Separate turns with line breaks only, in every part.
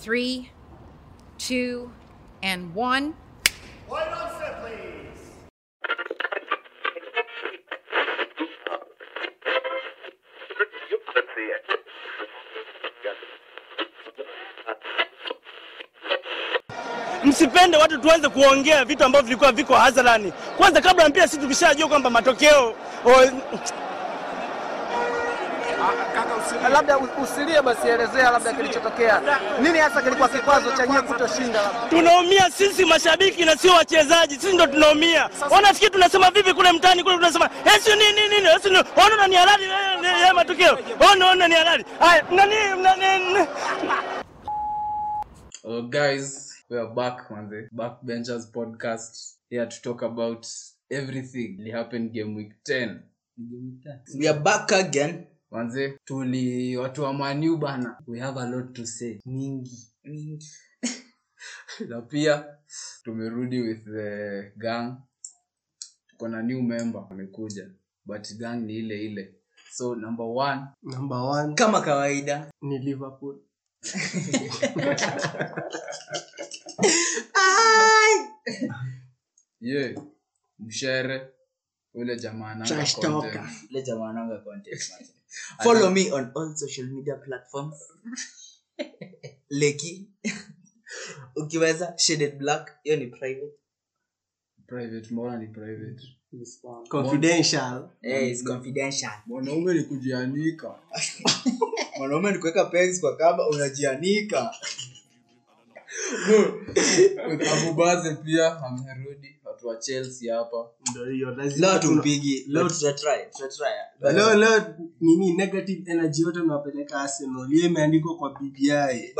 three, two, and one.
White on set, please.
Let's see it.
Msipende watu tuanze kuongea vitu ambavyo vilikuwa viko hadharani. Kwanza kabla mpira, sisi tukishajua kwamba matokeo o,
Labda usilie basi, elezea labda kilichotokea, nini hasa kilikuwa kikwazo cha nyewe kutoshinda? Labda
tunaumia sisi mashabiki na sio wachezaji, sisi ndo tunaumia. Wanafikiri tunasema vipi kule mtaani kule, tunasema "Eh, esi nini nini, esi nini, ona na ni halali eh, eh, eh, matokeo, ona ona ni halali. Haya, nani nani
Oh, guys, we are back on the Backbenchers podcast here to talk about everything that happened game week 10.
we are back again
Manze, tuli watu wa Manu bana, we have a lot to say, mingi mingi. na pia tumerudi with the gang, tuko na new member amekuja, but gang ni ile ile. So number one,
number one
kama kawaida
ni Liverpool.
ye mshere ule jamaa ananga
Trash
content.
talker.
Ile jamaa ananga content, man. follow me on all social media platforms leki ukiweza shaded black hiyo ni private
private, mbona ni private?
Confidential.
Eh, it's confidential
mwanaume ni kujianika
mwanaume ni kuweka penzi kwa kamba unajianika
abubaze pia amerudi watu wa chelsea hapa
Ndio hiyo
leo
lazima tuna-
tupigi leo tutatry tutatry
leo leo nini negative energy yote unawapeleka Arsenal. Yeye imeandikwa kwa BBI.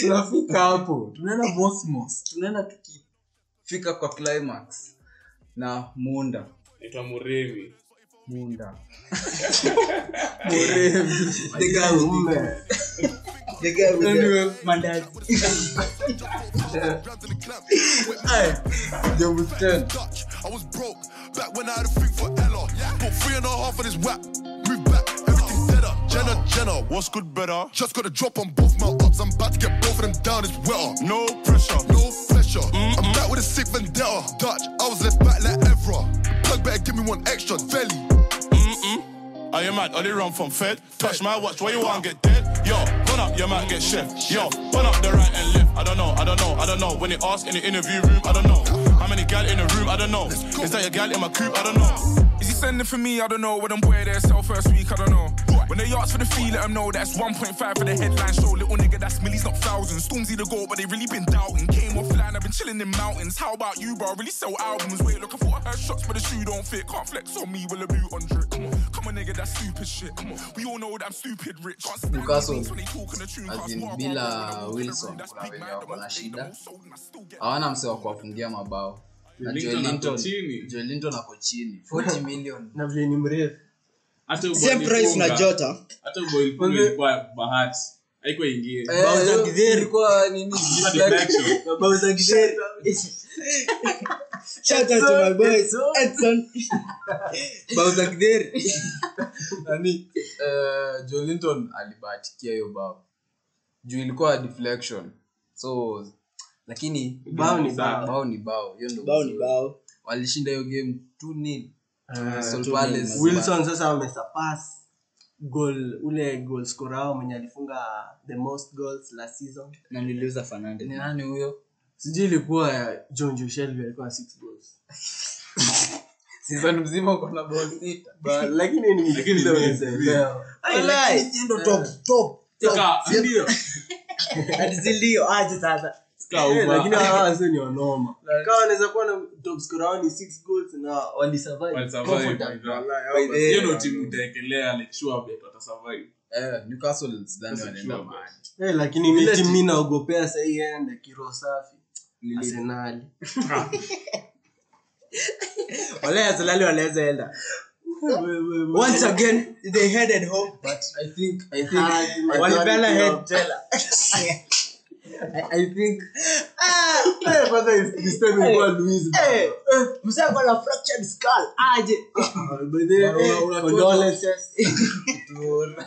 tunafika hapo tunaenda mosmos tunaenda tukifika kwa climax na munda
naitwa muremi
munda
the guy with the,
Mume.
the guy with
Anyway.
the mandazi
game week 10
Dutch. I was broke back when I had a thing for Ella. Put three and a half on his whack. Move back, everything dead up. Jenna, Jenna, what's good, better? Just got a drop on both my ups. I'm about to get both of them down. It's wetter. No pressure, no pressure. I'm back with a sick vendetta. Dutch, I was left back like Evra. Plug better, give me one extra. Valley.
Are you mad? Are they run from Fed? Touch my watch, why you want get dead? Yo, burn up, you might get chef. Yo, burn up the right and left. I don't know, I don't know, I don't know. When they ask in the interview room, I don't know. How many gal in the room? I don't know. Is that your gal in my coupe? I don't know.
is he sending for me i don't know what them boy they sell first week i don't know when they ask for the fee let them know that's 1.5 for the headline show little nigga that's millies not thousands stormzy the goal but they really been doubting came offline i've been chilling in mountains how about you bro really sell albums wait look i thought i heard shots but the shoe don't fit can't flex on me with a boot on drip come on come on nigga that's stupid shit come on we all know that i'm stupid rich Can't stand
Newcastle,
these when they talking the tune,
as
cause
in
more
bila
brothers than
Wilson,
that's
kuna
big
wenye
man,
wako
the
na
most paid, the
shida. Ah,
most sold, and I still get
hawana mse wa kuwafungia mabao na
Joelinton
Joelinton-
ako chini.
Joelinton ako chini 40 million
Na vile ni mrefu.
Hata ubao
same price na
ilifunga.
jota
hata ubao ilifunga
Onge-
ilikuwa bahati haikuwa ingie
Eh,
Bauza
yo,
Gidheri.
ilikuwa nini?
deflection.
Mabao za kisheria.
Shout out to my boys, Edson. Bauza Gidheri.
nani eh, jolinton alibahatikia hiyo bao juu ilikuwa deflection so lakini
Bao ni bao.
bao ni bao hiyo ndo
Bao ni bao.
walishinda hiyo game tu nil Crystal
two
Palace.
nil.
Ah, wilson sasa wamesurpass goal ule goal scorer wao mwenye alifunga the most goals last season
Na niliuza Fernandes.
ni nani huyo
sijui ilikuwa ya john joshelvi alikuwa six goals
sizon mzima uko na bao sita
But, lakini ni mchezo unaelewa.
Ai, lakini hii ndo top, top, top. Ati si ndio? Aje sasa.
Eh, lakini hawa wazee ni wanoma kawa wanaweza kuwa na top scorer wao ni six goals na walisurvive
By the-
eh, newcastle sidhani wanaenda mahali
Eh, lakini ile timu mi naogopea sahii ende kiroho safi arsenali
Ah. Wale Arsenal wanaweza enda. Once again, they headed home, but
i think i think
Ah,
walipela
Arsenal.
head trailer.
i, I think
Ah,
Eh, kwanza is- this time ilikuwa Luis.
eh, eh, mzee ako na fractured skull. Aje.
By the way,
Una- una-
condolences.
tu-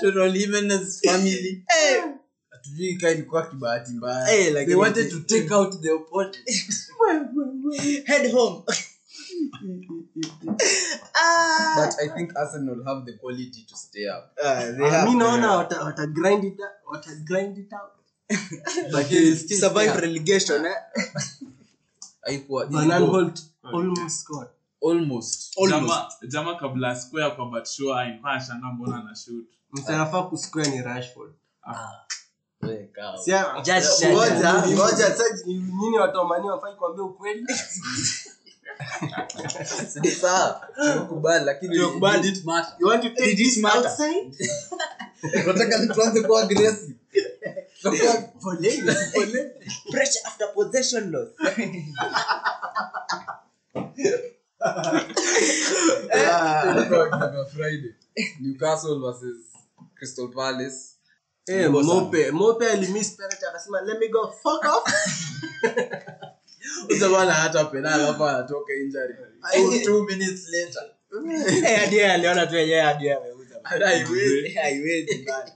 Toro Jimenez family.
Eh,
Hatujui kaa ilikuwa kibahati mbaya.
Eh, lakini-
They wanted to take out the opponent.
head home. Ah.
But I think Arsenal have the quality to stay up.
Ah, they
Ah,
have-
mi naona wata- wata grind it out- wata grind it out.
But
they
they still
survive
stay up.
relegation, eh?
Haikuwa easy
Van
goal.
Aanholt almost scored.
Almost.
jama, jama kabla square kwa batshow aimpashanga mbona na shoot
Mse anafaa kusquare ni Rashford.
We, cow.
Sia-
Just-
ngoja-
just-
ngoja, sasa ni- nyinyi watu wa Man U hawafai kuambia ukweli
Ni sawa. Tunakubali, lakini
Tunakubali.
it didn't matter.
You want to take
Did it
this
matter?
outside?
Tunataka tuanze kuwa aggressive. Tunakuwa-
Poleni.
Pressure after possession loss.
Eh,
Ah.
tunakuwa game ya Friday. Newcastle versus Crystal Palace.
Eh, mope mope alimiss penalty akasema let me go fuck off
Huyo bwana hata penal hapa anatoka injury.
Eh.
Ah, Two minutes later.
Eh, hadi yeye aliona tu yenyewe hadi yeye ameuza.
Haiwezi.
Haiwezi bana.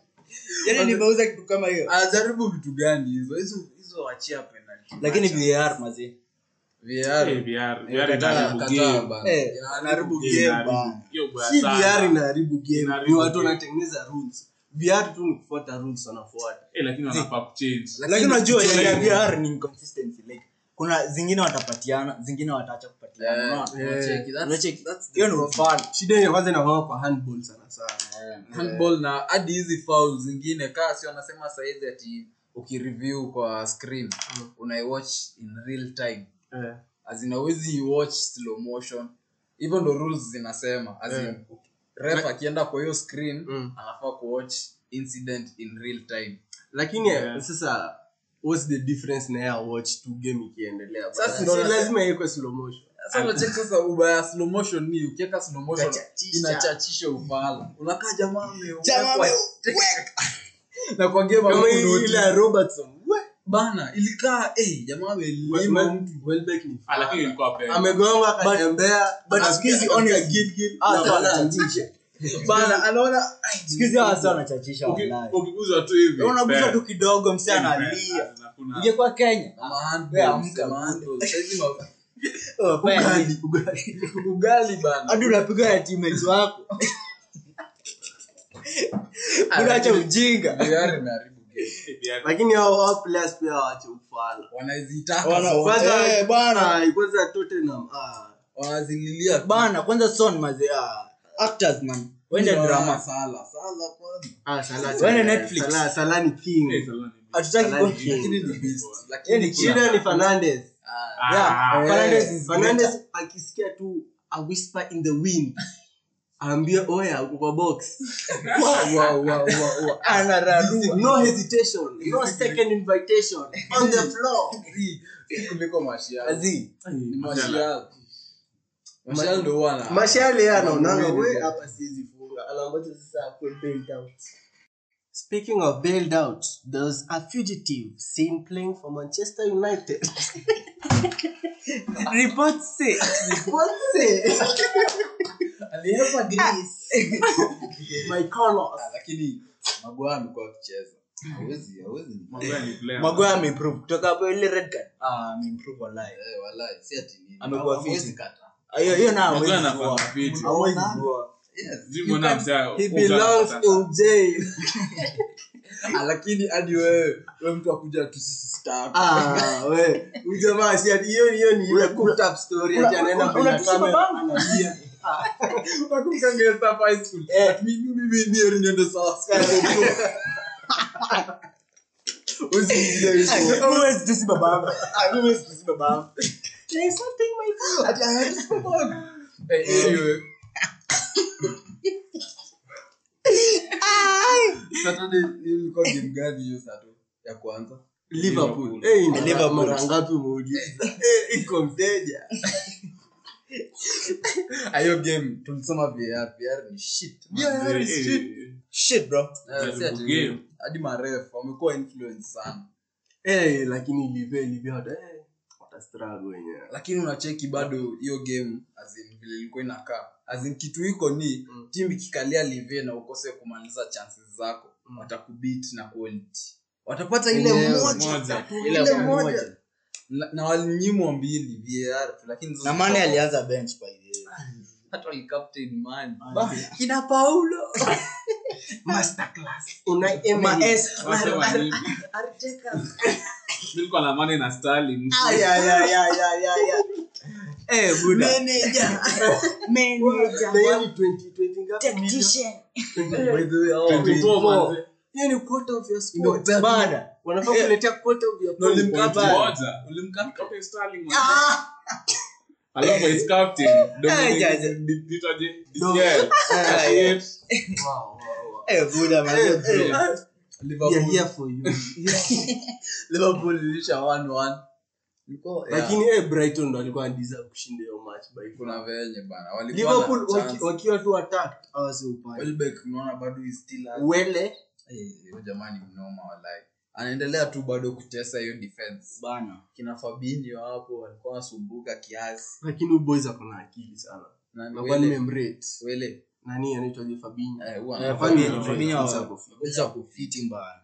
Yaani nimeuza kitu kama hiyo.
Anajaribu vitu gani hizo? Hizo hizo achia penalty.
Lakini VAR mazee.
VAR.
Eh, VR, VR
Kataa-
inaharibu
kataa
game.
bana.
Eh,
Inaharibu
Game
game.
inaharibu.
bana.
Hiyo baya
si
sana.
vr inaharibu game ni
Inaharibu
watu
game.
wanatengeneza rules vr tu ni kufuata rules wanafuata
Eh, lakini wanafaa kuchange
Lakini unajua
kuchange.
ya VR ni inconsistency like kuna zingine watapatiana, zingine wataacha kupatiana.
Eh,
unaona?
unacheki, that's-
Unacheki?
that's the
Hiyo ni ufala.
shida ya kwanza inakuwa kwa handball sana sana
Eh,
handball na hadi hizi foul zingine kaa si wanasema saizi ati ukireview kwa screen
Mm.
unaiwatch in real time
Eh.
azinawezi watch slow motion hivyo ndo rules zinasema
Eh.
azin ref akienda kwa hiyo screen
Mm.
anafaa kuwatch incident in real time
lakini eh,
Eh.
Yeah.
sasa what's the difference na ya watch tu game ikiendelea
Sasa
Basi
ndo
si
nasema-
lazima iwekwe slow motion
sasa unacheki sasa ubaya wa slow motion ni ukiweka slow motion
Inachachisha.
inachachisha ufala unakaa jamaa ame-
Jamaa ame-
na kwa game
kama
hakuna
hii ile ya robertson we,
bana ilikaa eh, jamaa
Welbeck-
amelima
Welbeck ni
Ah, lakini ilikuwa pea.
amegonga akatembea
but
na-
siku hizi
na-
honest-
Gilgil,
Ah,
na
sawa,
wanachanjisha.
bana anaona
Siku hizi hawa sasa wanachachisha
Uki-
wallahi.
ukiguzwa tu hivi
Eh,
Unagusa
fair.
tu kidogo
Fair,
msichana
fair.
alia.
Hazina- kuna-
Ingekuwa Kenya.
Ah,
Yeah, mka- Oh, fair.
Ugali, ugali.
ugali bana
hadi unapiga na teammates wako unaacha ujinga
Tayari imeharibu game.
Eh, VR.
lakini hao hao players pia wawache ufala
wanazitaka
Wana-
sasa.
wana-
Kwanza-
Eh, bana.
Ah, kwanza Tottenham, ah.
wanazililia tu.
bana kwanza son maze ah, actors man wende
Wana
drama
Salah, Salah kwanza.
Ah, Salah-
Wende
Salah-
Netflix.
Salah- Salah ni king.
Eh, salon ni-
hatutaki
Salah ni
go-
king.
Lakini ni beast.
Yeye ni
Lakini
chill.
kuna-
shida ni fernandes
Ah,
Ah,
Yeah, Fernandes is
fernandes Eh, akisikia tu a whisper in the wind aambia oya uko kwa box
wa- wa- wa- wa-
anararua
no hesitation no second invitation on the floor
si- si kuliko Martial.
Azi,
Ni
Martial.
Martial. Martial ndo huwa ana-
mashale yeye anaonanga
Anamuweza.
we hapa siwezi funga anangoja sasa akue bailed out Speaking of bailed out, there's a fugitive seen playing for Manchester United.
reports say
What's it?
Alihepa Greece.
My colors.
Ah, lakini magwaa amekuwa akicheza hawezi hawezi
Maguire ni player.
magoa ameimprove kutoka hapo ile red card ah ameimprove wallahi
Eh, wallahi, si ati nini.
Amekuwa
Hawezi
fit.
kataa.
Ah, hiyo hiyo nayo
Maguire
hawezi
anafanya
kuwa.
vitu.
hawezi kuwa
Yes.
Sijui mbona mtaa-
He
mtaa-
belongs in jail.
Ah, lakini hadi wewe we mtu akuja tu sisi star.
Ah, we. Ujamaa si ati hiyo hiyo ni ile cooked up story ati anaenda mbele ya kamera analia.
Unakumbuka girls hapa high school? Mimi- mimi- mimi heri niende sawa sana. Usiingie hizo.
Ah, huwezi tusi baba yangu. Ah, huwezi tusi baba yangu.
Ati hawezi kuona. Eh, anyway. Saturday, ilikuwa game gani hiyo Saturday? ya kwanza
Liverpool.
Liverpool.
Eh, ina-
Liverpool.
mara ngapi umeuliza? Eh, iko mteja.
Ah, hiyo game tulisema VR VR ni shit
Eh, eh,
VR is shit
eh,
Shit, bro.
Eh, si ati-
Game.
hadi marefu wamekuwa influence sana
Eh, lakini Liverpool, Liverpool, eh, struggle yenyewe
lakini unacheki bado hiyo game as in vile ilikuwa inakaa as in kitu iko ni mm. timu ikikalia live na ukose kumaliza chances zako mm. watakubit na quality watapata ile
Ile
moja
moja.
tu,
Ile
ile
moja.
moja na, na walinyimwa mbili var tu lakini
na mane alianza bench by the way.
hata walikaptain man
kina paulo
Unai Emery.
Maestro.
Wasema nini?
Arteta.
nilikuwa na mane na stalin
Ah,
Ay, ay, ay, ay, ay, ay, ay.
eh,
Manager. Manager.
Na hiyo ni 20 20 ngapi million?
Tactician.
By the way, hao
Twenty four,
wamejua.
manze.
Hiyo ni quarter of your squad.
Ndio bad.
Bada. Wanafaa
Eh.
kuletea quarter of your
Na
point.
ulimkata.
Bada.
moja ulimkapta stalin
Ah,
alafu is captain
Ay, ja, ja.
Dominic Ditoje, DCL,
ay,
Shit.
Eh, Buddha, man.
Eh,
Eh,
eh, we are here for you.
liverpool ilisha 1-1 Ilikuwa- yeah.
lakini eh, brighton ndo alikuwa anadiza kushinda hiyo match by
kuna venye bana walikuwa na
liverpool waki-
chance.
wakiwa tu attacked hawasi upande
Welbeck unaona bado is still has-
wele
Eh, huyo jamani mnoma walai anaendelea tu bado kutesa hiyo defense bana kina fabinho hapo walikuwa wasumbuka kiasi
lakini huyu boys akona akili sana
Na
Na
Wele-
kwa nimemrate.
Wele,
nani anaitwaje Fabinho?
eh, huwa
eh,
ana-
Fabinho,
Fabinho,
Fabinho
Fabinho
wa-
ako-
Fabinho wa kufiti mbaya.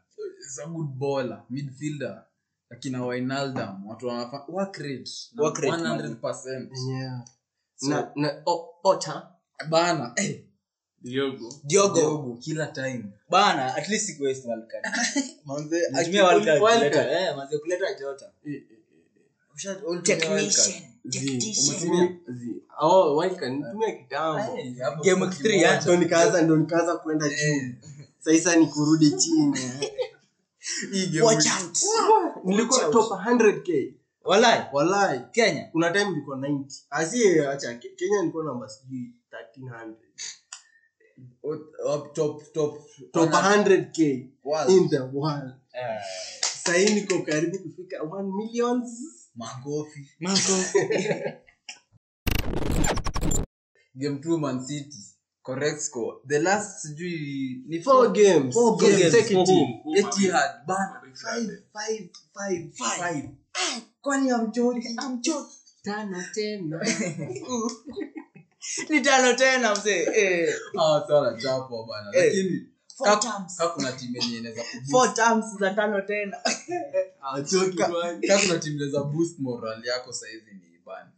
is a good baller midfielder akina Wijnaldum, watu wanafa- work rate na
Work rate, oh.
100%.
Yeah.
So-
Na- na- O- Ota,
bana eh,
Diogo.
Diogo
Diogo, kila time
bana at least iko West World Cup.
Manze,
Tumia World Cup
World
kuleta,
Cup.
eh, manze, kuleta Jota.
eh, eh,
Usha- all
Technician.
zi,
Tactician.
umetumia- zi. Hao Wildcard nitumia kitambo.
World Cup. Hapo
Eh. Game Eh.
kwa
three, eh?
kimoja.
Ndo nikaanza- ndo nikaanza kwenda juu sasa ni kurudi chini
Hii game
Watch
week.
out.
nilikuwa top 100k
Walai,
walai
Kenya.
kuna time nilikuwa 90 asiye acha Ke- kenya nilikuwa namba sijui 1300
What- up top- top-
top 100k
World.
in the world
Eh,
sahii niko karibu kufika 1 million
magofi game two man city correct score the last sijui ni
four games
Four games.
consecutive
Who- who-
Etihad bana five five five five
Ah,
Kwani amchoki? Amchoki.
tano tena
Ni tano tena mzee. Eh,
ah sana chapo bana
Eh.
lakini
Four
ka-
times.
ka kuna timu yenye inaweza kuboost-
four times za tano tena.
achoki bwana.
ka kuna timu inaweza boost morale yako saizi ni bana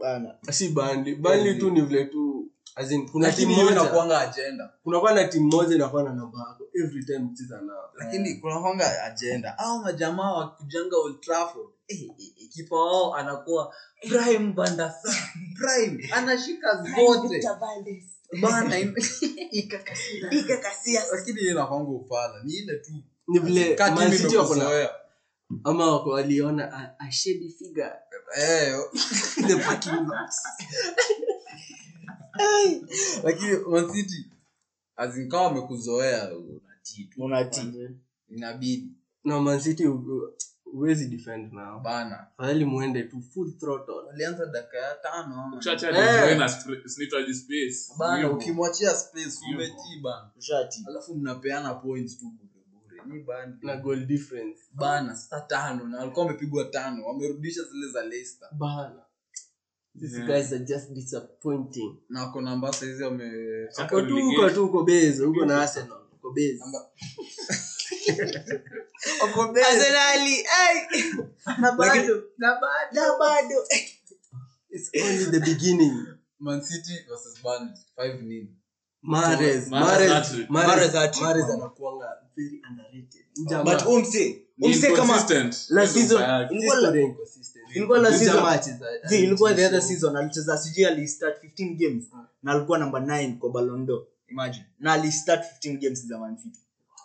Bana.
si bandi bandi tu ni vile tu as in kuna timu
lakini hiyo
moja
inakuanga agenda
kunakuwa na timu moja inakuwa na namba yako every time mcheza nao
lakini kunakwanga agenda au majamaa wakujanga old trafford eh, eh, kipa wao anakuwa prime bandasa prime anashika zote bana im- lakini hiyo inakwanga upala ni ile tu
ni vile
Ka timu
Man City wako na-
imekuzoea.
ama wako "Ah, waliona a, a shady figure oh.
Eh,
in the parking lot
lakini Man City, as in kama wamekuzoea unatii tu. inabidi
na Man City u- huwezi defend nao
bana
fadhali muende tu full throttle
walianza dakika ya tano ama-
Chacha
Eh.
De Bruyne has- snitter the space.
bana
Diogo.
ukimwachia space
Yupo.
umeti bana
Ushati.
alafu mnapeana points tu burebure ni bana
na goal difference
bana sita tano na walikuwa wamepigwa tano wamerudisha zile za Leicester
bana these
Yeah.
guys are just disappointing
na wako na mbasa hizi wame
Saka
uko tu
relegation.
uko tu uko base uko na Arsenal uko base
Arsenali, ai. Na bado. Na bado.
it's only the beginning
Man City versus Burnley 5-0
Mahrez
Mahrez
Mahrez
hat-trick.
Mahrez
Mahrez hat-trick.
Mahrez anakuanga very underrated Jamaa.
But huyu msee,
Ni
huyu msee kama
inconsistent.
la
Ndio
season
mbaya.
ilikuwa la-
History inconsistent.
ilikuwa la
Jamaa
season-
acheza-
Zee, ilikuwa the other season alicheza sijui alistart 15 games
Ah.
na alikuwa namba 9 kwa balondo imagine na alistart 15 games za man city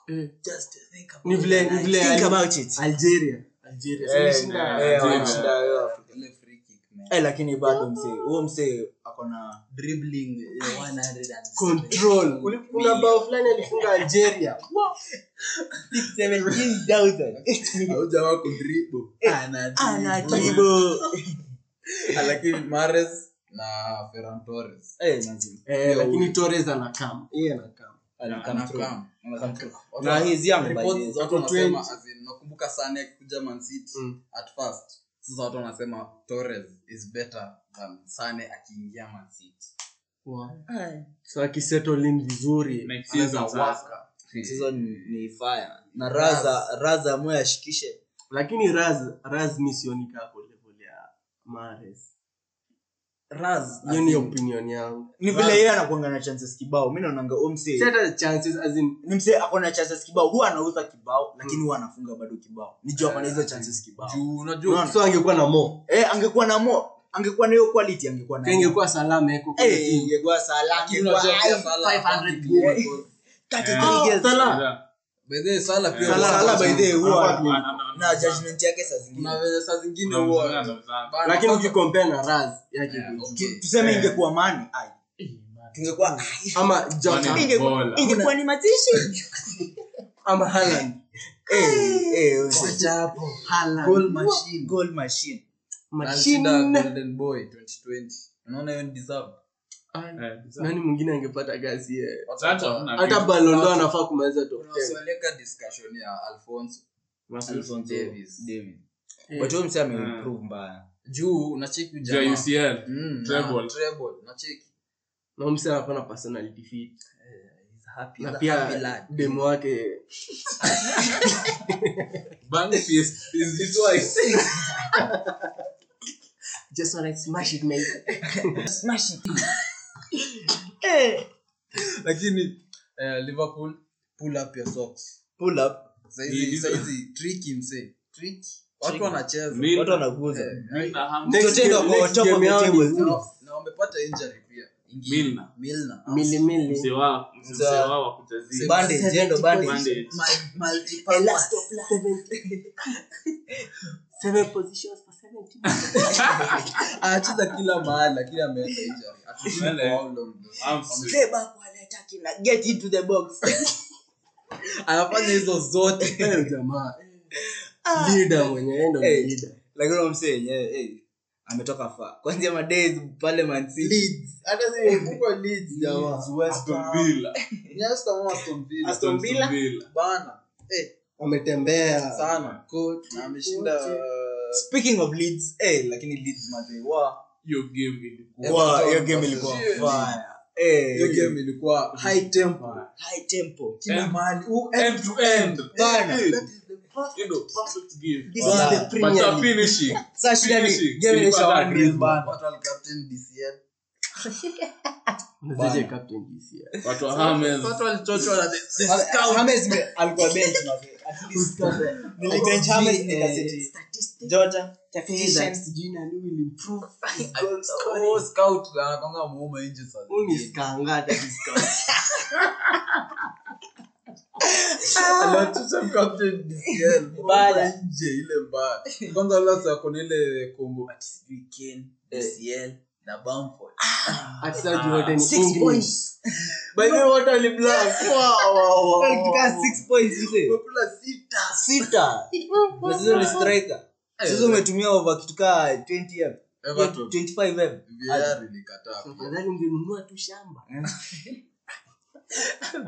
Eh.
just to think about
Ni vile-
it.
ni vile
think
ali-
about it
Algeria Algeria
Eh,
Wameshinda-
eh,
Algeria.
wameshinda, eh, Afrika.
ile free kick man
Eh, lakini bado msee huo msee akona
dribbling eh, 100
control kuna bao fulani alifunga algeria
17,000
au jamaa kudribble ana
Mm.
ana
dribble.
dribble
lakini Mahrez na Ferran Torres
eh manzi
eh, lakini torres anakam yeye anakam
ana
Ana
come through
come.
ana come through
Watu-
na he's young by the
reports
way.
watu
Ako
wanasema
20.
as in, nakumbuka Sane akikuja Man City
Mm.
at first sasa watu wanasema torres is better than sane akiingia Man City.
so akisettle in vizuri
Next
anaweza
season sasa.
waka.
mchezo ni, ni fire na raza raza amwe ashikishe
lakini raz raz mi sioni kaa kwa level ya mares
raz
hiyo ni opinion yangu
ni vile yeye anakuanga na chances kibao mi naonanga oh,
Si
omse
hata chances as in
ni msee akona chances kibao huwa anauza kibao lakini huwa anafunga bado kibao ni juu akona hizo chances kibao
juu
no,
unajua
so angekuwa na mo
eh angekuwa na mo angekuwa na hiyo quality angekuwa na more.
ingekuwa salama eko kwa
Eh,
team
ingekuwa Salah,
Lakini
ingekuwa
unajua pia
ai,
Salah
500
hapati
goal.
goal.
33
Oh,
goals.
Eh,
Salah.
Yeah.
by the way, Salah pia
Salah-
huwa-
Salah by the way huwa
Ana- ana- ana-
na judgment yake saa zingine
kuna vile saa zingine
ana- ana-
huwa
ana-
Bana,
lakini
kwanza-
ukikompea na raz yake
Yeah,
iko juu.
okay.
tuseme
Eh.
ingekuwa mani ai tungekuwa ai,
ama jota
Mane. Bola.
ingekuwa ingekuwa ni matishi
ama haland
eh eh
Oh.
hapo
goal machine goal machine
alishinda
machine
golden boy 2020 unaona hiyo ni deserved
Eh,
nani mwingine angepata gazi yeye
Sasa hamna
hata
kitu.
balondo anafaa kumaliza top
Kuna
10
swaleka discussion ya alfonso
Alphonso
Davies.
Davies.
Eh.
But huyo msee ameimprove mbaya.
juu unacheki Mm,
Juu ya UCL. Treble.
na huyu msee anapana personal defeat na
eh, happy
pia
lad.
demo wake
Bang fist is it twice.
just wanna smash it mate
Smash it.
Eh. lakini eh, liverpool pull up your socks
Pull up.
saizi saizi tricky mse tricky watu wanacheza
Mi-
Watu wanaguza.
Milner ham-
Eh. Next
Tottenham
game-
wako
next
top of
game
the
yao ni
table.
Wolves.
na wamepata injury pia Ingine.
Milner.
Milner.
Mili
Mzee
mili.
wao- mzee
Mzee-
wao wa kutazii.
Bandage, yendo bandage.
Bandage.
Mul- multiple ones.
Elastoplas. Seven positions for seven teams.
anacheza Ah, kila mahali lakini ameenda injury Hatujui kwa
Wale.
how long.
Arms sweep.
Stay back while I attack him. Like, Get into the box.
anafanya hizo zote Ah.
Eh, jamaa leader mwenye yeye ndo ni
Eh.
leader
Lakini huyo msee yenyewe, eh, ametoka far. Kwanzia madays pale Man City.
hata zimefungwa Leeds, jamaa.
Leeds, West Ham.
Aston Villa.
Ni Aston ama Aston Villa?
Aston Villa.
bana eh,
ametembea
sana Coach, na ameshinda
Speaking of Leeds, eh, lakini Leeds mazee, wa-
Hiyo game ilikuwa-
wa,
Everton,
hiyo game ilikuwa
Shit.
fire. Eh,
uh, hiyo game ilikuwa high tempo
high tempo.
kila
End-
mahali U-
End to end.
Bana.
Eh, you know, perfect game.
This
Wala.
is the
But
But
Premier
your
League.
finishing.
Sasa shida ni,
Finishing.
game
Ilikuwa
inaisha
that
1-0
Griezmann.
bana.
watu wali captain DCL.
Mzee captain this year.
Watu wa Hammers.
Watu walichochwa na the- the
Hame-
scout.
Hames ni- alikuwa bench mazee. At least nilibench Hames
Eh.
nikaseti Jota, Tafisha.
Oh, scout anakwanga muuma inji sana.
Huyu ni skangada, ni skangada.
Anatuta captain DCL.
Bala.
Nje, ile mbaya. Kwanza wala sasa kuna ile combo Eh, ati sijui Kane, DCL, na Bamford. Ah,
Wachezaji wote ni
Six
English.
points.
By the way, watu waliblack.
Oh, Tukaa six points, mzee.
Wamekula sita.
ah, sita Na sasa ni striker sasa umetumia over kitu kaa 20 m
eh. Everton.
25 m
VAR ilikataa.
Afadhali ungenunua tu shamba.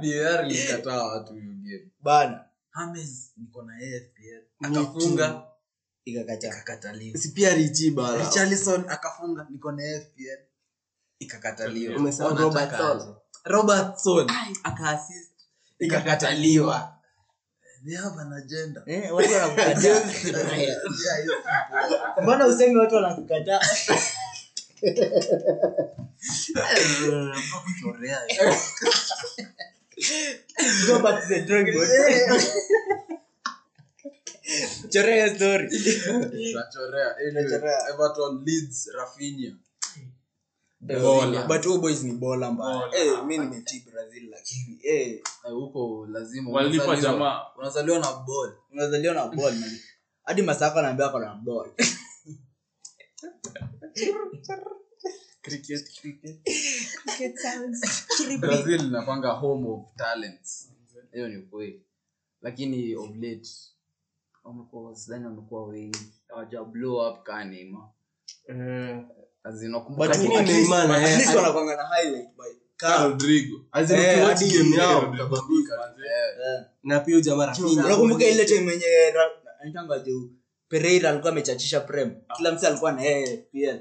VAR ilikataa watu hiyo game.
bana
James niko na yeye pia. Akafunga.
ikakata
Ikakataliwa.
Si pia Richie bara.
Richarlison akafunga niko na yeye pia. Ikakataliwa.
Umesahau
Wanataka
Robertson.
aje. Robertson akaassist. Ikakataliwa. They have an agenda.
eh watu wanakukataa
Yeah, hiyo si
mbona usemi watu wanakukataa
poa. Tunafaa kuchorea hiyo.
go back to the drawing board chorea hiyo story
Tunachorea. Anyway,
Tunachorea.
Everton Leeds Rafinha.
Bola.
but huyo boys ni bola mbaya
Bola.
eh mimi nimeti brazil lakini eh
Eh, Huko lazima
Walipa
unazaliwa-
jamaa.
Unazaliwa na ball.
unazaliwa na ball man. hadi masako anaambia ako na ball
brazil inapanga home of talents hiyo ni ukweli lakini of late wamekuwa wasidani wamekuwa wengi hawaja blow up kaa neima
Lakini Neymar na yeye-
Least wanakuanga na highlight by Carl.
Rodrigo.
As in
Eh,
ukiwatch
hadi-
game yao,
Rodrigo.
utabambika.
Eh,
Eh.
Na pia huyu jamaa Rafinha.
unakumbuka ile time yenye ra- anaitanga jeu pereira alikuwa amechachisha prem kila msi alikuwa na yeye pl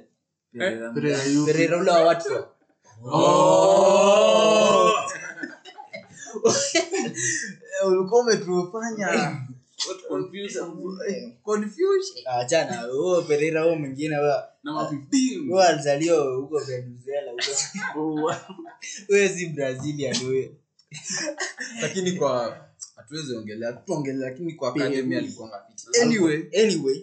Pereira.
Eh.
pereira ule wa watford Eh, ulikuwa umetufanya Ah, achana huo pereira huo mwingine huyo- huyo alizaliwa huko venezuela
Oh,
huko. huyo si brazilian huyo
lakini kwa hatuwezi ongelea tuongelea lakini kwa
Pia.
academy alikuwa ngapiti
anyway anyway
anyway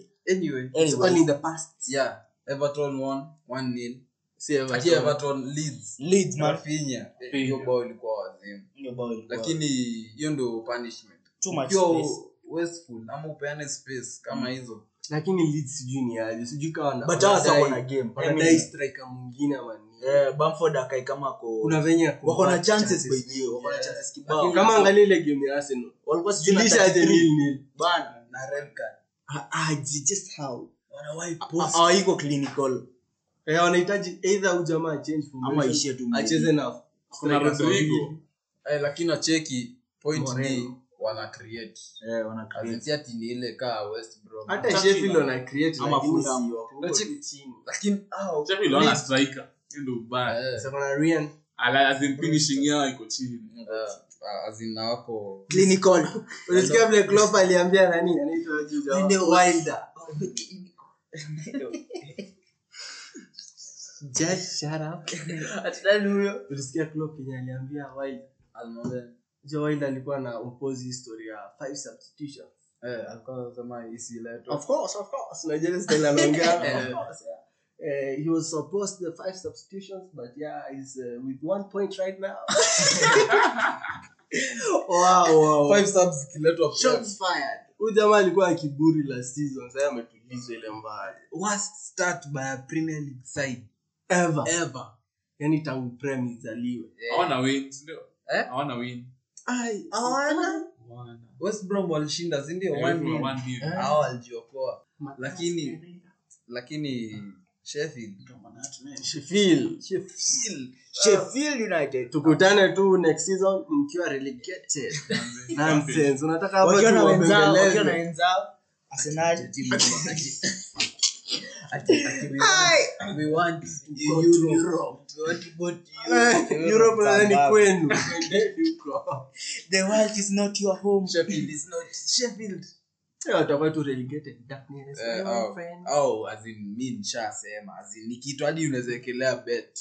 Anyway.
Only in the past.
yeah everton won one nil
si Everton.
Ati everton leeds
Leeds, man.
mafinya hiyo bao ilikuwa wazimu
Hiyo bao ilikuwa-
lakini hiyo ndio punishment
Too much
Ukiwa
space.
wasteful ama upeane space kama hizo
lakini Leeds sijui ni aje sijui kawa na-
But hawa sasa
wanadai-
wana game.
wanadai
I mean-
striker mwingine ama ni-
Eh, bamford akai kama ako-
kuna venye ako-
wako na chances by the way, wako na
Yeah.
chances kibao
Lakini kama angalia ile game ya Arsenal
walikuwa sijui na Ah,
ilisha
33
nil
bana na red card
just how
wanawahi post hawaiko Ah, clinical
eh, wanahitaji either huyu jamaa change formation,
Ama aishie tu mbele.
acheze na
Kuna
strikers
Rodrigo.
wawili.
eh, lakini nacheki point
Moreno.
ni wana create
eh wana create
azinsi ati ni ile kaa west brom
hata Sheffield wana create
Ama
lakini
Fulham.
si wako huko
Nacheki-
tu chini
lakini hao-
Sheffield hawana striker. Hiyo ndio ubaya.
eh,
Sasa kuna Ryan
Ala- as in finishing yao iko chini.
eh, as in hawako-
clinical
unasikia vile Klopp aliambia nani anaitwa aje huyu jamaa?
Nene Wilder.
Just shut up. Ulisikia Klopp yenye aliambia Wilder
Almodena.
Joe Wilder alikuwa na oppose history ya five substitutions
Eh, alikuwa anasema isiletwe.
of course of course unajua ile style anaongea
Eh.
of course yeah. Uh, he was supposed the five substitutions but yeah he's uh, with one point right now wow wow
Five subs zikiletwa pia.
shots fired huyu jamaa alikuwa akiburi last season sasa ametulizwa ile mbaya
Worst start by a Premier League side
ever
ever.
yani tangu prem izaliwe
Hawana win, si ndio?
Eh?
Hawana win.
ai
West Brom walishinda, si ndio?
Eh,
One
kuna
nil.
one nil.
Hao walijiokoa. Lakini lakini Sheffield
Sheffield
Sheffield
Sheffield United
tukutane tu next season mkiwa relegated nonsense unataka hapa
wakiwa na wenzao
tuwabembeleze.
wakiwa na wenzao Arsenal
timu ati ati ati we want- we want Europe. We want to go to Europe.
Eh, Europe na ni kwenu
the world is not your home
Sheffield is not Sheffield.
Eh, watakuwa tu relegated darkness
Eh,
my
au-
friend.
au as in mi nishasema as in ni kitu hadi unaweza ekelea bet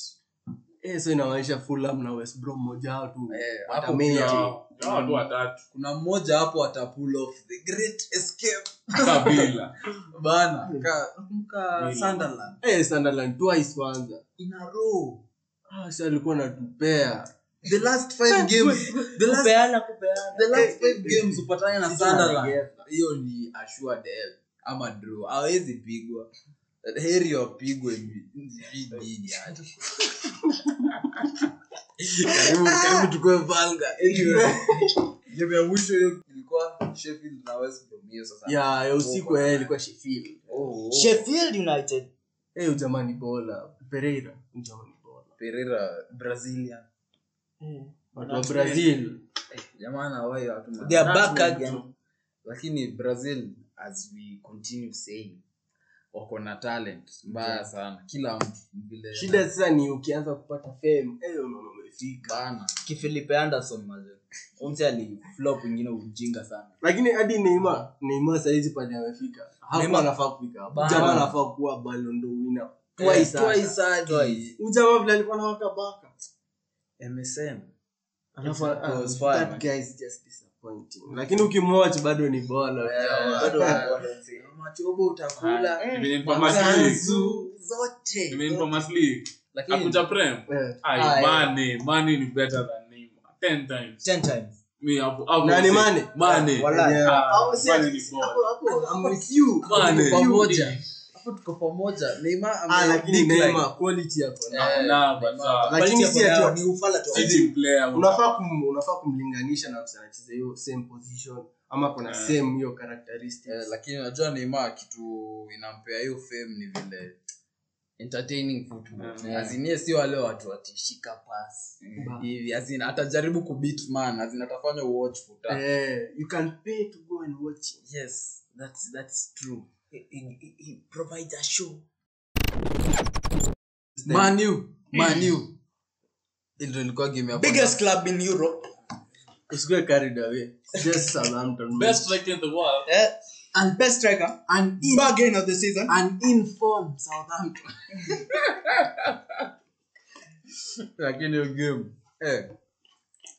Eh, so inamaanisha Fulham na West Brom moja wao tu
Eh,
wata
hapo
make
pia
it.
Hawa- hawa tu watatu.
kuna mmoja hapo ata pull off the great escape
Hata bila.
bana ka, ka Sunderland
Eh, Sunderland twice kwanza
in a row
Ah, si alikuwa natupea
the last five games the last
kupeana kupeana
the last five games upatane na
Eh, Sisi
Sunderland
tunalegeza.
hiyo ni assured L ama draw hawezi pigwa heri wapigwe bidini hata karibu karibu tukue valga anyway game ya mwisho hiyo ilikuwa Sheffield na West Brom hiyo sasa
ya ya usiku eh, ilikuwa Sheffield
oh, oh.
Sheffield United
eh ujamani bola Pereira ujamani bola
Pereira Brazilian
Eh.
watu wa Brazil
Eh, jamani hawai watu ma-
they are
That's
back
not
again
true. lakini brazil as we continue saying wako na talent mbaya sana kila mtu vile
shida sasa ni ukianza kupata fame eh unaona umefika
bana
kifilipe anderson mazee umse aliflop wengine ujinga sana
lakini hadi Neymar Neymar saizi pale amefika hapo
Neymar-
anafaa kufika hapo.
Bana.
jamaa anafaa kuwa Ballon d'Or winner
Eh, Twice
twice hata.
hadi.
ujamaa vile alikuwa na waka baka
MSN.
Alafu,
It
ah,
was fun, man.
that guy is just disappointing. lakini ukimwatch bado ni bola
machobo utakula
Haya, nimenipa masli.
kanzu zote
Nimenipa masli.
lakini
Akuja prem.
Eh.
Ai,
Ah, yeah.
Mane. Mane ni better than Neymar. Ten times.
ten times
Me, I've- I've
Nani
said-
Mane?
Mane.
Wallahi.
Ah, Mane ni bora. Mane.
tuko pamoja hapo tuko pamoja neymar
Ah,
ame-
lakini
decline.
Neymar, quality yako na-
Eh,
Na, but, uh,
Lakini
Quality
si
yako
ati-
nayo ni ufala tu
si team player,
unafaa kum- unafaa kumlinganisha na mtu anacheza hiyo same position ama kuna same hiyo characteristics.
Eh, lakini unajua neymar kitu inampea hiyo fame ni vile entertaining football
Eh.
Mm.
azinie sio wale watu watishika pas
Mm.
hivi azin atajaribu kubit man azin atafanya watch futa
Eh, you can pay to go and watch it.
yes that's, that's true
he, he, he provides a show
manu
Mm.
manu ilo ilikuwa game ya
biggest club in europe
usikue carried away just southampton
Best striker in the world.
eh? and best striker
and in,
bargain of the season
and in form southampton
lakini hiyo game eh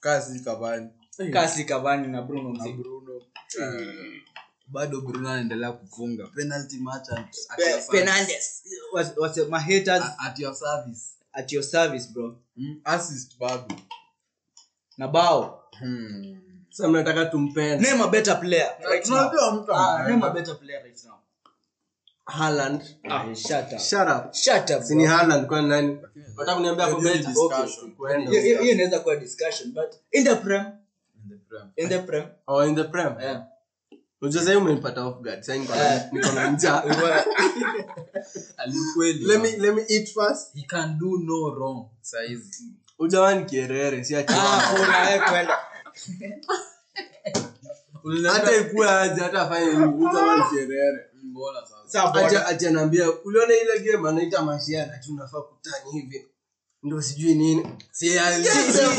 kasi kabani
kasi cavani na bruno
na
mzee.
bruno
Mm.
eh, bado bruno anaendelea kufunga penalty match at, at
Pe-
your service.
Fernandes. Was- was my haters
A- at your service
at your service bro
mm, assist bado
na bao
hmm.
sa mnataka tumpende
name a better player right now
tunajua mtu
ah,
anaenda.
name a better player right now
Haaland.
ah, shut up
Shut up.
shut up
Si ni
bro.
Haaland kwani nani? Unataka kuniambia hapo
Hiyo ni
Belgium?
discussion.
Okay, kwenda.
Hiyo- hiyo hiyo inaweza kuwa discussion but in the prem
In the prem.
in the prem
Oh, in the prem.
yeah.
Unajua sasa hiyo umenipata off guard. Sasa niko na-
Yeah.
niko na njaa.
Alikweli.
Let me let me eat first.
he can do no wrong saizi
Ujawani kierere si ati.
ah, kuna wewe kwenda
Hata ikue aje hata afanye nini. Ujawani kierere.
mbona sasa
Sawa, bora.
Acha acha naambia uliona ile game anaita mashiana tu unafaa kutani hivi. Ndio sijui nini. Si
Yes,
yes,
it's not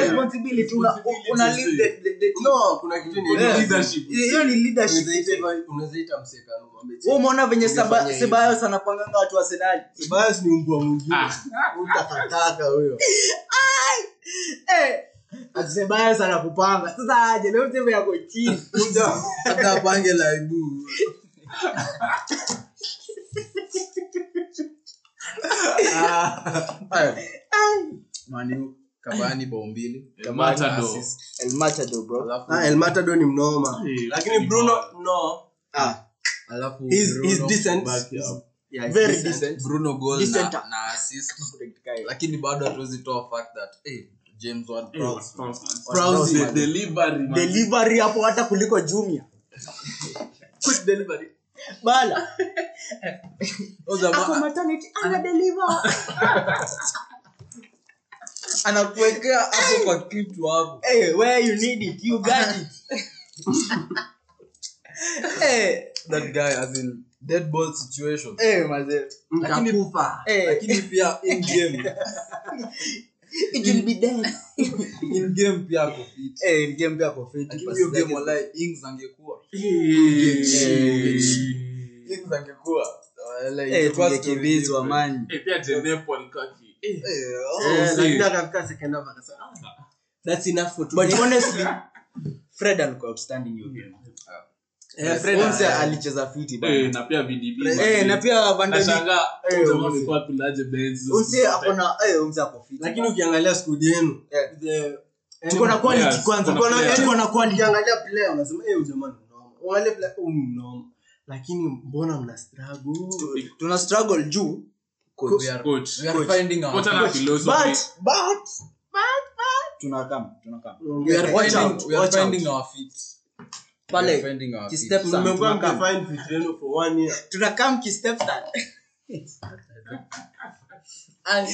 responsibility. Una- una lead the- the- the-
No, kuna kitu ni
Yeah.
leadership.
hiyo ni leadership
Unazaita hivyo, unazaita msekano mwambie.
Wewe
Oh,
umeona venye
Ungefanya
Seba-
hivi.
sebayos anapanganga watu wa Ah. senali
Basi ni mbwa mwingine. Utakataka huyo.
Eh! sebayos anakupanga sasa aje leo tebe yako chini
Kuja hata apange laibu.
Ah, manu kabani bao mbili
Eh,
El Matador.
assist. Alafu-
Ah, El Matador ni mnoma.
Eh,
Lakini
ni
Bruno no. Ah,
alafu
he's he's
Bruno
decent.
back up.
Yeah, he's
Very
decent.
decent.
bruno goal
Decent.
na, na assist lakini bado hatuwezi toa fact that eh, james Ward-
Hey, what's Thompson?
Prowse,
The delivery, man.
delivery hapo hata kuliko jumia
Quick delivery.
bala
Oh, the
Ako
ma-
maternity, ana deliver.
anakuwekea hapo kwa kitu hapo
Hey, where you need it, you got it. Hey,
that guy as in dead ball situation
Eh.
hey, mazee.
lakini,
Eh.
lakini pia in game
It will be dead.
in game pia ako fit
Eh, in game pia ako fit,
lakini
pasi
hiyo
zake
game
ziko-
wallahi ings angekuwa
Eh.
ings angekuwa wallahi,
Eh,
ingekuwa story
tungekimbizwa
different.
man.
Eh, pia Jenepo alikuwa aki- eh,
Eh, oh.
Eh,
see.
lakini akafika second half akasema, "Ah, That's enough for
But
today."
honestly, Fred alikuwa outstanding hiyo game.
Eh, Fred
Once
Onse ali-
alicheza fiti bana.
eh, na pia VDB,
Eh, na pia Van Dijk-
Nashangaa,
Eh,
jamaa
Onse.
alikuwa akulaje Benz.
Onse ako na- eh, Onse ako fit.
Mm. Lakini ukiangalia squad yenu,
Yeah.
Eh. tuko na quality
Yes,
kwanza.
tuko
Tuko
na
na-
players.
tuko na quality. Ukiangalia player unasema, "Eh, huyu jamani ni mnoma." Uangalie player, "Huyu ni mnoma." Lakini mbona mna struggle?
Tu- tuna struggle juu
we are,
Coach.
we are finding our
Coach ana philosophy.
but but but but tunakam tunakam
we are
Watch
finding,
out,
we are
watch out.
finding our feet we are
pale
finding our feet
kistep sana
Mmekuwa
tunakam
mkifine vitu yenu for one year.
tunakam kistep sana and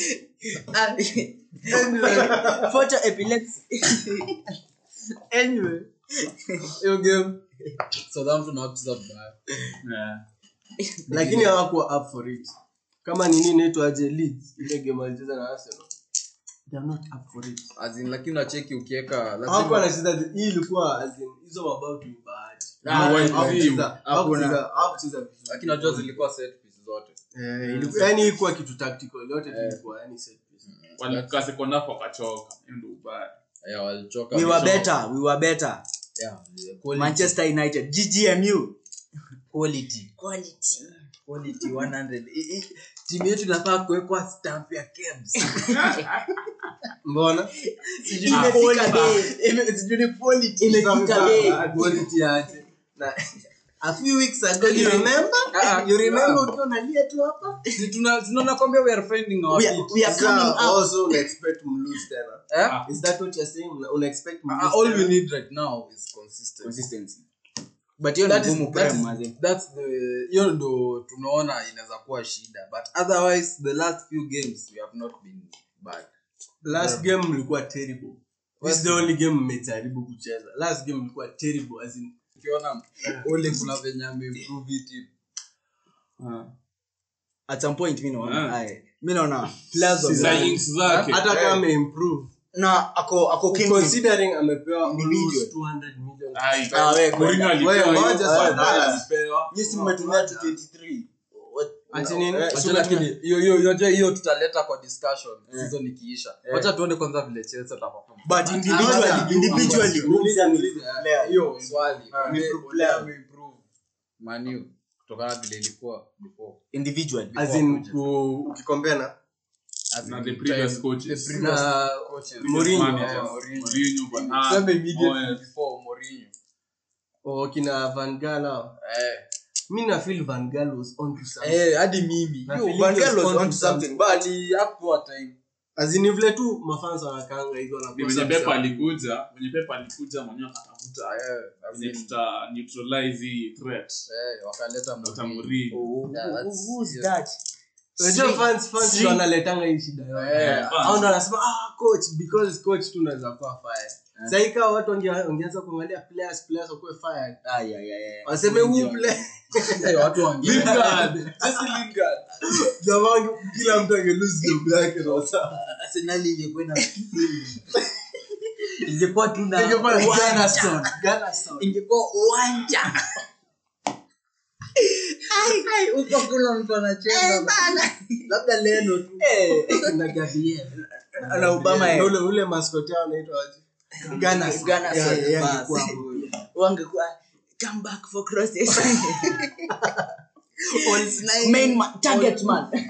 and anyway photo epilepsy anyway
hiyo game southampton wakucheza vibaya
Yeah.
lakini hawakuwa up for it kama nini inaitwaje Leeds, ile game walicheza na arsenal they are not up for it
As in, lakini nacheki ukieka
hawakuwa
lazima
wanacheza hii ilikuwa as in, hizo mabao tu ni bahati
Ah,
Hawakucheza-
walizimu.
hawakucheza- hawakucheza vizuri.
lakini najua zilikuwa set piece zote
Eh, ilikuwa- yani ilikuwa kitu tactical yote
Eh.
tu ilikuwa yani set piece.
Mm.
Walikaa second half wakachoka. Hiyo ndio ubaya.
yeah, walichoka
we were
Walichoka.
better we were better
Yeah, yeah, quality.
manchester united ggmu quality quality quality 100 I- i- timu yetu inafaa kuwekwa stamp ya kebs
mbona
imefika day. Ime- sijui ni quality. Ah, Imefika day.
Ah, Quality aje. Na- a few weeks ago
Anyway.
you remember
Ah, ah,
you remember
ah.
ukiwa unalia tu hapa
Si tuna- si tunaona kwamba we are finding our
We are-
feet.
we are
Sasa,
coming up.
also una expect mlose tena
Eh?
Ah.
Is that what you're saying? Una- Una expect me
Ah,
to
all
say-
we need right now is consistency
but hiyo ni
That is-
ngumu
that
prem,
is-
mazee.
that's the- hiyo ndo tunaona inaweza kuwa shida but otherwise the last few games we have not been bad
last game mlikuwa terrible this is the only game mmejaribu kucheza last game mlikuwa terrible as in
ukiona ole kuna venye ameimprove hii team
Uh-huh.
at some point mi naona
Ah.
aye. mi naona Plaza-
Signings zake. Hata kama ameimprove.
na ako ako king-
considering amepewa almost 200 million Ah, we,
Mourinho
we,
alipewa
moja
hiyo.
sana.
Ah, balance.
alipewa.
Nyinyi mmetumia 223. What-
Ati
una-
nini?
eh,
Wacha
so
lakini,
unatumia-
hiyo- hiyo- unajua hiyo tutaleta kwa discussion season ikiisha
Eh.
wacha tuone kwanza vile chelsea wataperform.
But individually-
Ah,
individually,
ah,
muulize- muulize,
ah,
player.
hiyo swali
Ah,
Wame-
improve
wame-
player.
wameimprove Man U, kutokana na vile ilikuwa before.
individually
As
As in, ku- ukikompea na
As
Na
in
the
time-
previous
the
coaches.
previous
Na
coaches.
Mourinho.
Managers.
Yeah,
Mourinho.
Mourinho, Van Gaal,
Tuseme immediately
Moyes.
before Mourinho.
Ah, o kina van Gaal hao.
Eh.
mi na feel van Gaal was onto something.
Eh, hadi mimi
Na
Yo,
feeling
Van
was
Gaal was
onto
onto
something,
something.
but-
Ali, hakuwa time.
As in, ni vile tu mafans wanakaanga hivyo
Ni
wanakosa
mwenye pepa
msaada.
alikuja mwenye pepa alikuja mwenyewe akatafuta
Eh, as
venye
in-
tuta neutralize hii threat
eh, wakaleta
Dr.
Mourinho.
Mourinho.
Oh.
Yeah, that's- yeah.
Unajua fans- fans
Sri.
wanaletanga hii shida yao.
Eh,
Hao ndo wanasema ah, coach because coach tu unaweza kuwa fired Sahi kama watu wange- wangeanza kuangalia players players wakuwe fired
Ay, ay, ay, ay.
waseme
Wengi
huu player
Eh, watu wange-
Lingard.
Jesse Lingard.
Jamaa wange- kila mtu ange lose job yake na wasaa.
Eh, uh, Arsenal ingekuwa ina- ingekuwa tu na
Ingekuwa na
Gunnarsson.
Gunnarsson.
ingekuwa uwanja Ai, ai, huko kuna mtu anacheza labda leno tu
na Eh, Gabriel.
na Obama, eh.
Na ule ule mascot yao anaitwa aje? Gunnarsson.
Gunnarsson,
Yeah, yeah,
basi.
angekuwa hapo.
wangekuwa come back for crosses
All nine.
main man target man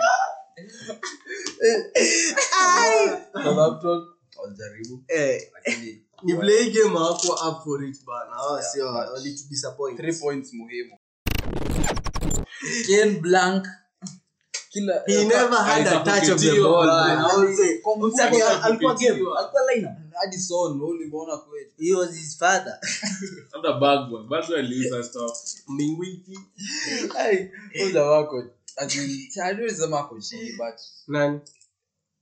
Southampton, walijaribu,
eh
lakini
Ni vile hii game hawakuwa up for it bana. Hawa sio
but-
walitudisappoint.
three points muhimu Ken Blank, kila
He never had a touch of the ball. man. I would say,
Kumbuka-
alikuwa game.
alikuwa lineup
Addison, ulimuona kweli.
he was his father
hata bagwa bagwa aliuza stuff
Mingwiki.
Ai, huyu wako as in, hatuwezi sema ako chini, but
Nani?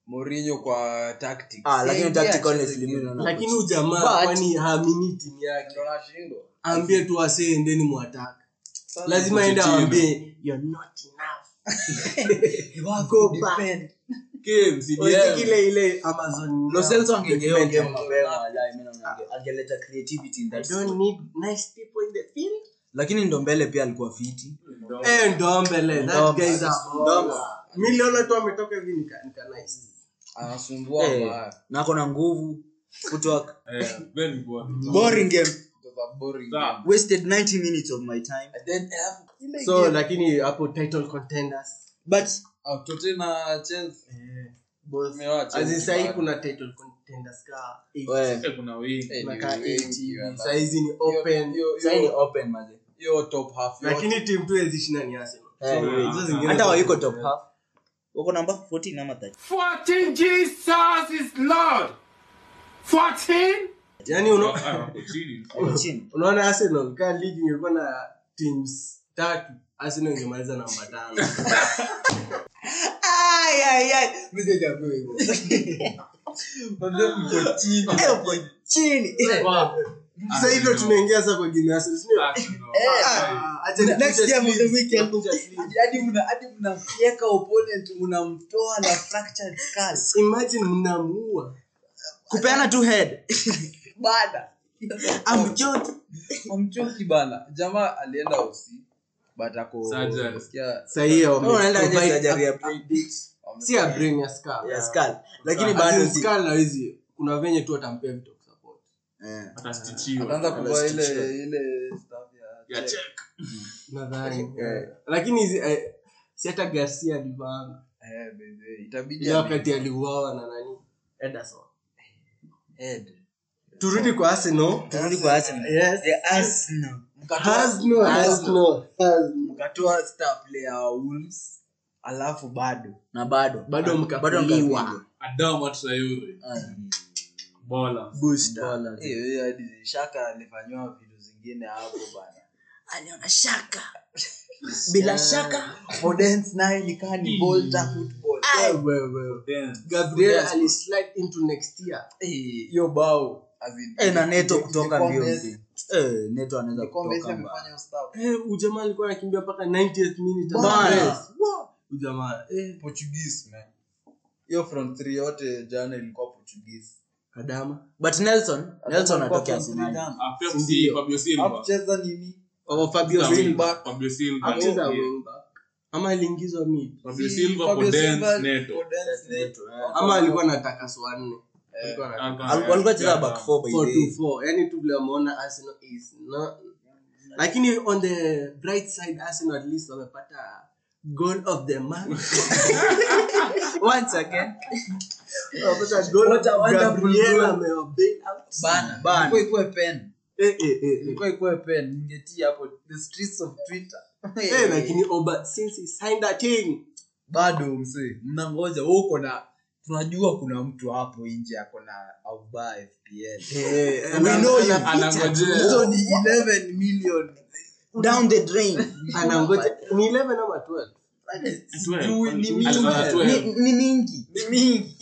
Mourinho kwa tactics.
ah lakini
Yeye
tactical
acheze
honestly mimi
game.
naona
lakini
coach.
huyu jamaa
But-
kwani haamini timu yake
Ndio anashindwa.
aambie tu wasee endeni mwataka
Sasa
lazima aende
Pochettino.
aambie "You're not enough." Go back.
game,
Wezi
CDM.
kile ile Amazon
Lo Celso angeelewa
documentary.
game mapema.
angeleta creativity in
I
that
don't need nice people in the field.
lakini ndo mbele pia alikuwa fiti
Eh, Ndombele, that
Ndombe.
guys are
Ndombe.
all- Miliona tu ametoka hivi nika- nika nice.
anasumbua
Eh,
mara.
na ako na nguvu footwork
eh very good
boring game
It was a boring
Sawa.
game.
wasted 90 minutes of my time
And then, eh, alafu, ile
so
game-
lakini hapo title contenders
but
Ah, Tottenham, Chelsea.
boss
Umeona Chelsea
As in sahii
bado.
kuna title contenders ka eight.
we
Eh, kuna wingi
Anyway,
Unakaa eight hivi.
you are
Saa hizi ni open
Yo- yo-
sasa ni open maze
hiyo top half yote.
lakini timu tu ezishina ni Arsenal.
Eh,
So,
wait.
hizo zingine
hata
zote
wayuko
ni-
top half wako namba 14 ama 30
14 Jesus is Lord. 14?
Yaani uno-
Ah, wako chini
wako chini
unaona arsenal kaa ligi ingekuwa na teams tatu arsenal ingemaliza namba tano
ay ay ay mzee japo hivyo Eh, uko chini
sasa hivyo tunaingia sasa kwa game ya Arsenal, si ndio?
Ah, no.
Eh,
Ah, acha ni-
Next game of the week yako.
Just leave.
Hadi- hadi mna- hadi mnamfyeka opponent mnamtoa na fractured skull
imagine mnamuua
kupeana tu head bada amchoki
amchoki bana jamaa alienda usi but ako-
Surgery.
sikia-
sahii
unaenda aje surgery ya
Oh, si ya brain ya skull. Ah.
ya skull lakini
As
bado
in
si
skull na hizi kuna venye tu atampea vitu ya kusupport.
Eh.
Atastichiwa.
ataanza kuvaa ile ile stuff ya-
Ya check.
Nadhani, eh. lakini hizi, eh, si hata garcia alivaanga
Eh, baby, itabidi
ila
ame-
wakati aliuawa na nani Ederson.
head
turudi kwa arsenal
turudi kwa Arsenal
Yes.
the Arsenal
Mkatoa-
Arsenal, Arsenal, Arsenal.
mkatoa star player wa Wolves alafu bado na bado
Bado mka-
bado mkapigwa.
Adama Traore. Bowler.
Bowler.
Eh, eh, hadi shaka alifanyiwa vitu zingine hapo bana
aliona shaka bila shaka Odense naye nikaa ni bolta football
Wewe, wewe.
Then,
gabriel
Yes.
alislide into next year
Eh, hiyo bao as in-
Eh, na Neto kutoka mbio.
Messi.
eh, neto anaweza kutoka mbali.
Eh, ujamaa alikuwa anakimbia mpaka 90th minute.
Bana.
Yes.
ujamaa eh. portuguese man hiyo front three yote jana ilikuwa portuguese
adama but nelson nelson anatokea Arsenal.
Ah, Pep si Fabio Silva.
akucheza nini
Oh, Fabio
Fabio
Silva.
Fabio Silva.
Anacheza
Okay.
wing back. Ama aliingizwa mid.
Fabio
Si,
Silva,
Fabio
Podence,
Silva,
Neto.
Podence, Neto, eh.
Ama alikuwa anataka swanne. Alikuwa anataka
Aka-
Al- walikuwa wacheza
Aka-
back four by the way.
4-2-4. Yaani tu vile wameona Arsenal is not lakini on the bright side Arsenal at least wamepata goal of the month
once again
wamepata goal
What a wonderful
Gabriel
goal.
amewabail out
bana
Bana.
ilikuwa ikuwe pen
eh eh eh, eh
ilikuwa ikuwe pen ningetia hapo the streets of twitter
Eh, lakini Oba since he signed a king
bado msee mnangoja huko na tunajua kuna mtu hapo nje ako na auba fpl
eh
We
ana-
know you
ana-
anangojea.
hizo ni 11 million
down the drain
anangoja ni 11 ama 12
Twelve.
Sijui ni
Ana-
mingi.
ana twelve.
ni mingi
ni mingi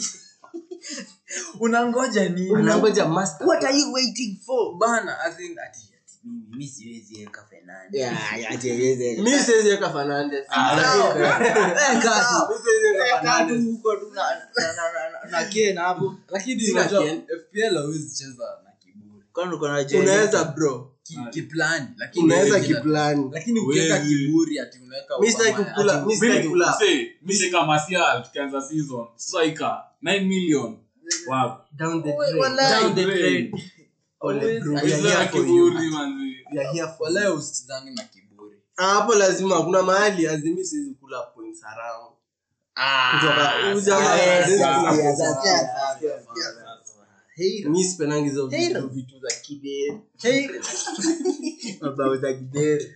unangoja nini
anangoja master
what are you waiting for
bana as in ati ati mimi mimi siwezi eka Fernandes
yeah yeah yeah, yeah, yeah.
mimi siwezi weka Fernandes Eh,
lakini
Sina
unajua
kien.
FPL hawezi cheza na kiburi
unaweza bro
Ki- kiplani lakini
unaweza
hawezi na-
kiplani
lakini ukiweka
Hawezi.
kiburi ati unaweka
Mimi sitaki
Aubameyang,
kukula,
ati-
mimi sitaki
Mimi,
kula.
say, mimi kama Martial, tukianza season, striker, 9 million. Wow.
down the
Oi,
drain
walai.
down the drain
Always.
ole bro we
Always.
are here for
Mwisho wa
you.
kiburi, manzi.
We are here for you.
Walahi usitizange na kiburi
Ah, hapo lazima kuna mahali azimi siwezi kula points around Ah,
Ah,
kutoka uja- siwezi kula points around. mi sipendangi hizo vitu- vitu za kideri
mabao za kidere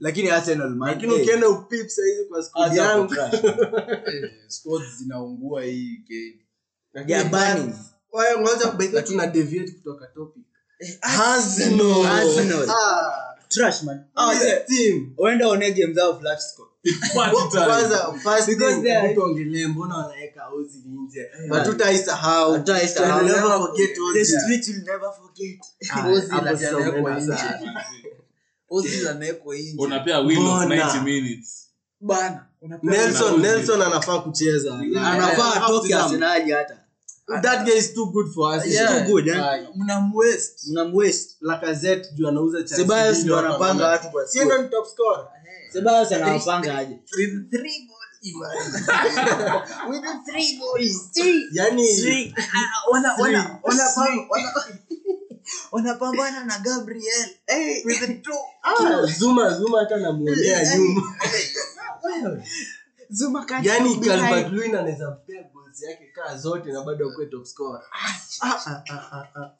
lakini arsenal man,
Ah, lakini
eh,
ukienda upip sahizi kwa skuli
Aza
yangu
Eh, squads zinaungua hii game
they are burning.
Oya, ngoja by the way, tuna deviate kutoka topic
Arsenal. Arsenal.
Ah, eh.
Trash, man. Hawa
this
wazee,
team.
waenda one game zao flat score
Party time.
Kwanza, first
Because
thing,
they are-
mtu ongelee mbona wanaweka Ozil nje but tutaisahau
Hatutasahau.
We'll Eh, never forget Ah,
the
Ozil.
street will never forget
Ozil
hapo
ati
sasa
anawekwa
unaenda
nje.
sana. Ozil anawekwa nje.
unapea window of
Bona.
90 minutes
Bana, unapewa-
Nelson
Ozil.
Nelson anafaa kucheza
anafaa
anafaa
atoke
atoke
arsenali hata
that guy is too good for us
Yeah.
yeah. too good eh?
Bye. Mnamwaste.
mnamwest
Lacazette juu anauza chances
Ceballos
nyingi
ndo anapanga
wanakuwa-
watu kwa
Si ndo ni top scorer
sebas anawapanga aje
yani
wanapambana na gabriel
ah, Zuma Zuma hata namuonea nyuma
zuma kati
yani Calvert Lewin anaweza mpea goals yake kaa zote na bado akuwe top scorer ah, ah, ah, ah, ah.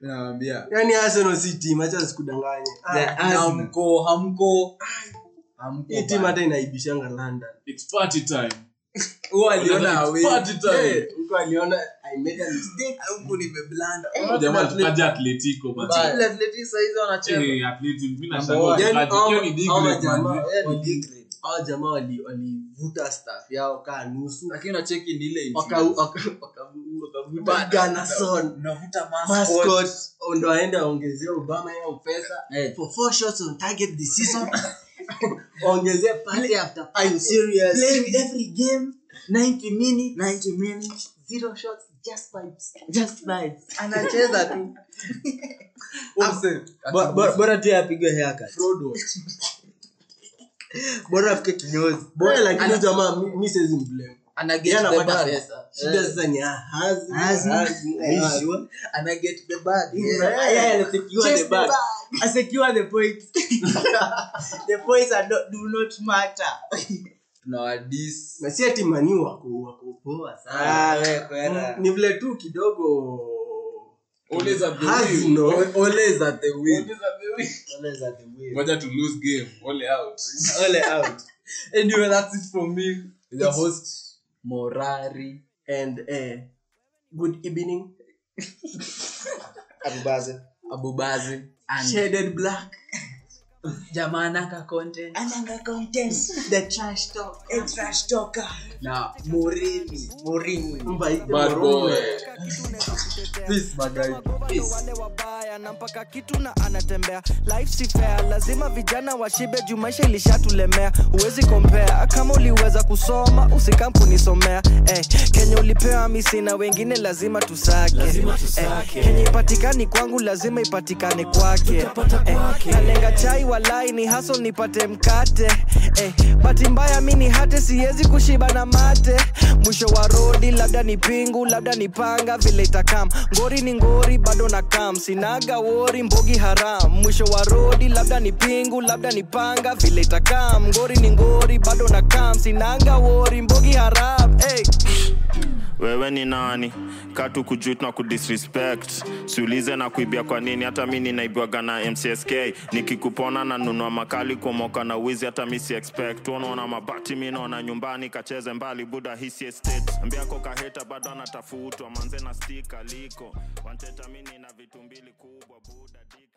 Nawaambia,
yani Yaani, Arsenal si team acha sikudanganye
na-
Ah,
hamko hamko hamko
hii team
bana.
hata inaibishanga London
it's party time
Huwa aliona
It's
away.
party time
Eh, mtu aliona I made a mistake
Huku nimeblanda.
jamaa tukaje atletico but
Bale Atletico saizi wanacheza.
eh atletico mimi
Yaani,
nashangaa
hawa-
atletico ni
hawa
degree
jamaa,
man
yaani,
Ni degree.
hawa jamaa wali- walivuta staff yao kaa nusu
Lakini unacheki ni ile
Waka-
influence.
waka- wakavu- wakavuta
Bado.
Garnason,
Unavuta mascot.
mascot ndo aende aongezee Obama yao pesa
Eh.
for four shots on target this season ongezee pale after five serious
playing every game 90 minutes 90 minutes
zero shots just pipes
just nice
anacheza tu
Oh,
Umse,
Bo- bo-
ati-
bora tu apigwe haircut
fraud watch.
bora afike kinyozi
bora lakini huyu jamaa mi- mi siwezi mblame
Ana
Yeye
get the
anapata
ball.
pesa shida sasa ni ahazi
Hazi.
ahazi.
Ana get the ball.
Yeah, yeah, anasekiwa
Chase
the bag.
the bag. I secure the points. the points are not, do not matter.
Tunawadis.
na si ati Man U wako wako poa sana Mm, ni vile tu kidogo
always at the
Has
wheel
no-
Al- always at the wheel.
ngoja to lose game all out
Ole out.
Anyway, that's it for me. The host Morari.
and eh, good evening
Abubaza.
Abubazi and
shaded black
jamanaka content
ananga content the trash talk a trash talker
na
morimi morimi
Bad boy.
Peace, my guy.
wale wabaya na mpaka kitu na anatembea life si fair lazima vijana washibe juu maisha ilishatulemea huwezi kompea kama uliweza kusoma usikam kunisomea eh, kenya ulipewa misi na wengine lazima tusake,
Lazima tusake.
Eh, kenya ipatikani kwangu lazima ipatikane kwake eh, nalenga chai walai ni haso nipate mkate eh, bahati mbaya mi ni hate siwezi kushiba na mate mwisho wa rodi labda ni pingu labda ni panga vile itakam ngori ni ngori bado na kam sinaga wori mbogi haram mwisho wa rodi labda ni pingu labda ni panga vile itakam ngori ni ngori bado na kam sinaga wori mbogi haram hey.
wewe ni nani katu kujut na kudisrespect siulize na kuibia kwa nini hata mi ninaibwaga na mcsk nikikupona na nunua makali kumoka na wizi hata mi si expect unaona mabati mi naona nyumbani kacheze mbali buda hisi estate ambiako kaheta bado anatafutwa manze na stika liko wanteta mi nina vitu mbili kubwa buda dika